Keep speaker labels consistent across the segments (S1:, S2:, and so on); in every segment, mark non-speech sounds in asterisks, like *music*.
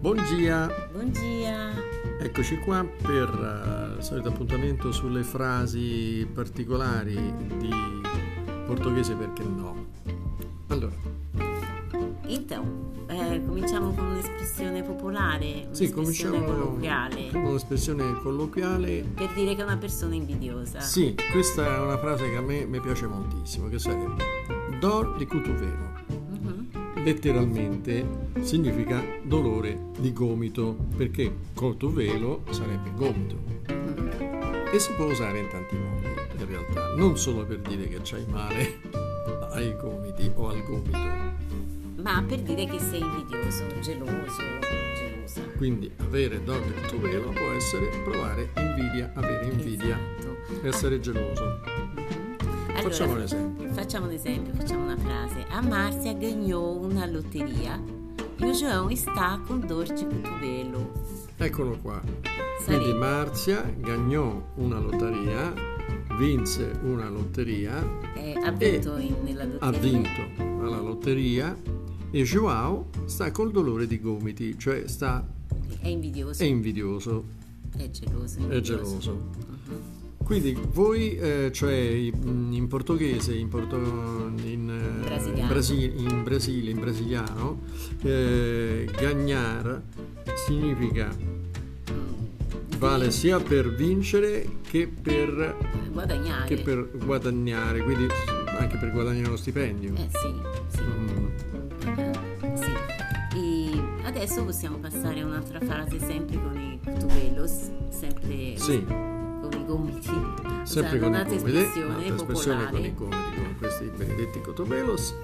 S1: Buongiorno.
S2: Buongiorno.
S1: Eccoci qua per eh, il solito appuntamento sulle frasi particolari di portoghese perché no. Allora,
S2: Então, eh, cominciamo con un'espressione popolare,
S1: sì,
S2: un'espressione
S1: cominciamo
S2: colloquiale,
S1: con un'espressione colloquiale.
S2: per dire che è una persona invidiosa.
S1: Sì, questa è una frase che a me mi piace moltissimo, che sarebbe Dor di Cutuvero.
S2: Mhm.
S1: Letteralmente significa dolore di gomito, perché cotuvelo sarebbe gomito.
S2: Mhm.
S1: E si può usare in tanti modi, in realtà, non solo per dire che c'hai male ai gomiti o al gomito.
S2: Ma per dire che sei invidioso, geloso, gelosa.
S1: Quindi avere dor del tuo velo può essere provare invidia, avere invidia,
S2: Esatto. Mhm.
S1: essere geloso.
S2: Allora,
S1: Facciamo un esempio.
S2: Facciamo un esempio, facciamo una frase. A Márcia ganhou una lotteria cioè, e o João está con dor de cotovelo.
S1: Eccolo qua. Quindi
S2: Sarebbe.
S1: Marzia gagnò una lotteria, vinse una lotteria
S2: Eh, ha vinto in- nella lotteria.
S1: ha vinto alla lotteria e Joao sta col dolore di gomiti, cioè sta,
S2: È invidioso,
S1: è invidioso,
S2: è geloso.
S1: è
S2: invidioso.
S1: geloso.
S2: Uhum.
S1: Quindi voi, eh, cioè in in portoghese, in, porto- in, eh,
S2: Brasiliano.
S1: Brasi- in Brasile, in brasiliano, eh, gagnar significa vale sia per vincere che per,
S2: Guadagnare.
S1: che per guadagnare, quindi anche per guadagnare uno stipendio.
S2: Eh sì, sì.
S1: Mm.
S2: Sì. Uhum. E adesso possiamo passare a un'altra frase sempre con i tuvelos, sempre
S1: Sì.
S2: con i gomiti.
S1: sempre
S2: Usando
S1: con i
S2: Esatto, un'altra
S1: gomiti,
S2: espressione
S1: un'altra espressione con i
S2: popolare.
S1: gomiti, con questi benedetti cotovelos.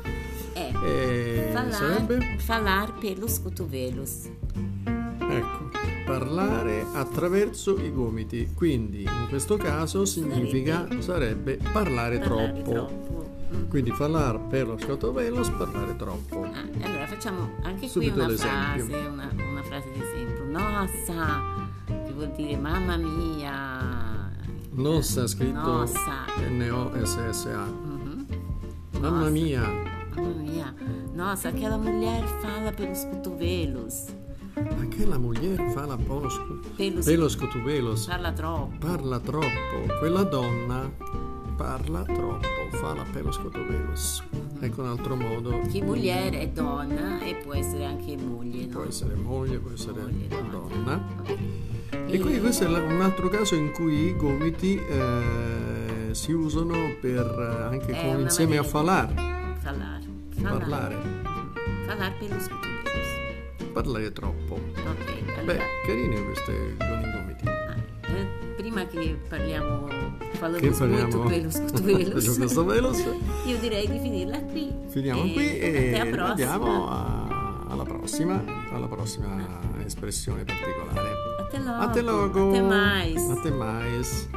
S2: È
S1: E Eh, sarebbe,
S2: Eh, falar, falar pelos cotovelos.
S1: ecco, parlare attraverso i gomiti. Quindi in questo caso significa, sarebbe parlare,
S2: Parlare
S1: troppo.
S2: Mm.
S1: Quindi parlare per lo scotovelos, parlare troppo.
S2: Ah, allora facciamo anche
S1: Subito
S2: qui una
S1: l'esempio.
S2: frase, una, una frase d'esempio. Nossa, che vuol dire mamma mia.
S1: Non sta scritto
S2: Nossa.
S1: N-O-S-S-A.
S2: Mhm.
S1: Mamma
S2: Nossa.
S1: mia,
S2: Mamma mia, nossa, aquela mulher fala pelos cotovelos.
S1: ma che la moglie fa la polo sc-
S2: Pelos, Ah.
S1: pelo scotovelos?
S2: Parla troppo.
S1: Parla troppo, quella donna parla troppo, fa la pelo scotovelos.
S2: Mm-hmm.
S1: Ecco un altro modo.
S2: Che mulher è donna e può essere anche moglie, no?
S1: Può essere moglie, può essere
S2: Moglie,
S1: donna.
S2: Ok.
S1: E quindi questo è la- un altro caso in cui i gomiti eh, si usano per eh, anche
S2: È
S1: con,
S2: una
S1: insieme a
S2: maniera di-
S1: falar,
S2: Falar. Falar.
S1: parlare,
S2: Falar pelos cotovelos.
S1: parlare troppo.
S2: Ok, allora.
S1: Beh, carine queste con i gomiti.
S2: Ah, eh, Prima che parliamo,
S1: Che
S2: falamos
S1: parliamo *laughs*
S2: molto pelos
S1: di questo
S2: cotovelos.
S1: velos.
S2: Io direi di finirla qui.
S1: Finiamo
S2: E
S1: qui
S2: alla
S1: e
S2: prossima.
S1: andiamo a- alla prossima, alla prossima espressione particolare.
S2: Até logo.
S1: Até logo.
S2: Até Ah, mais.
S1: Até mais.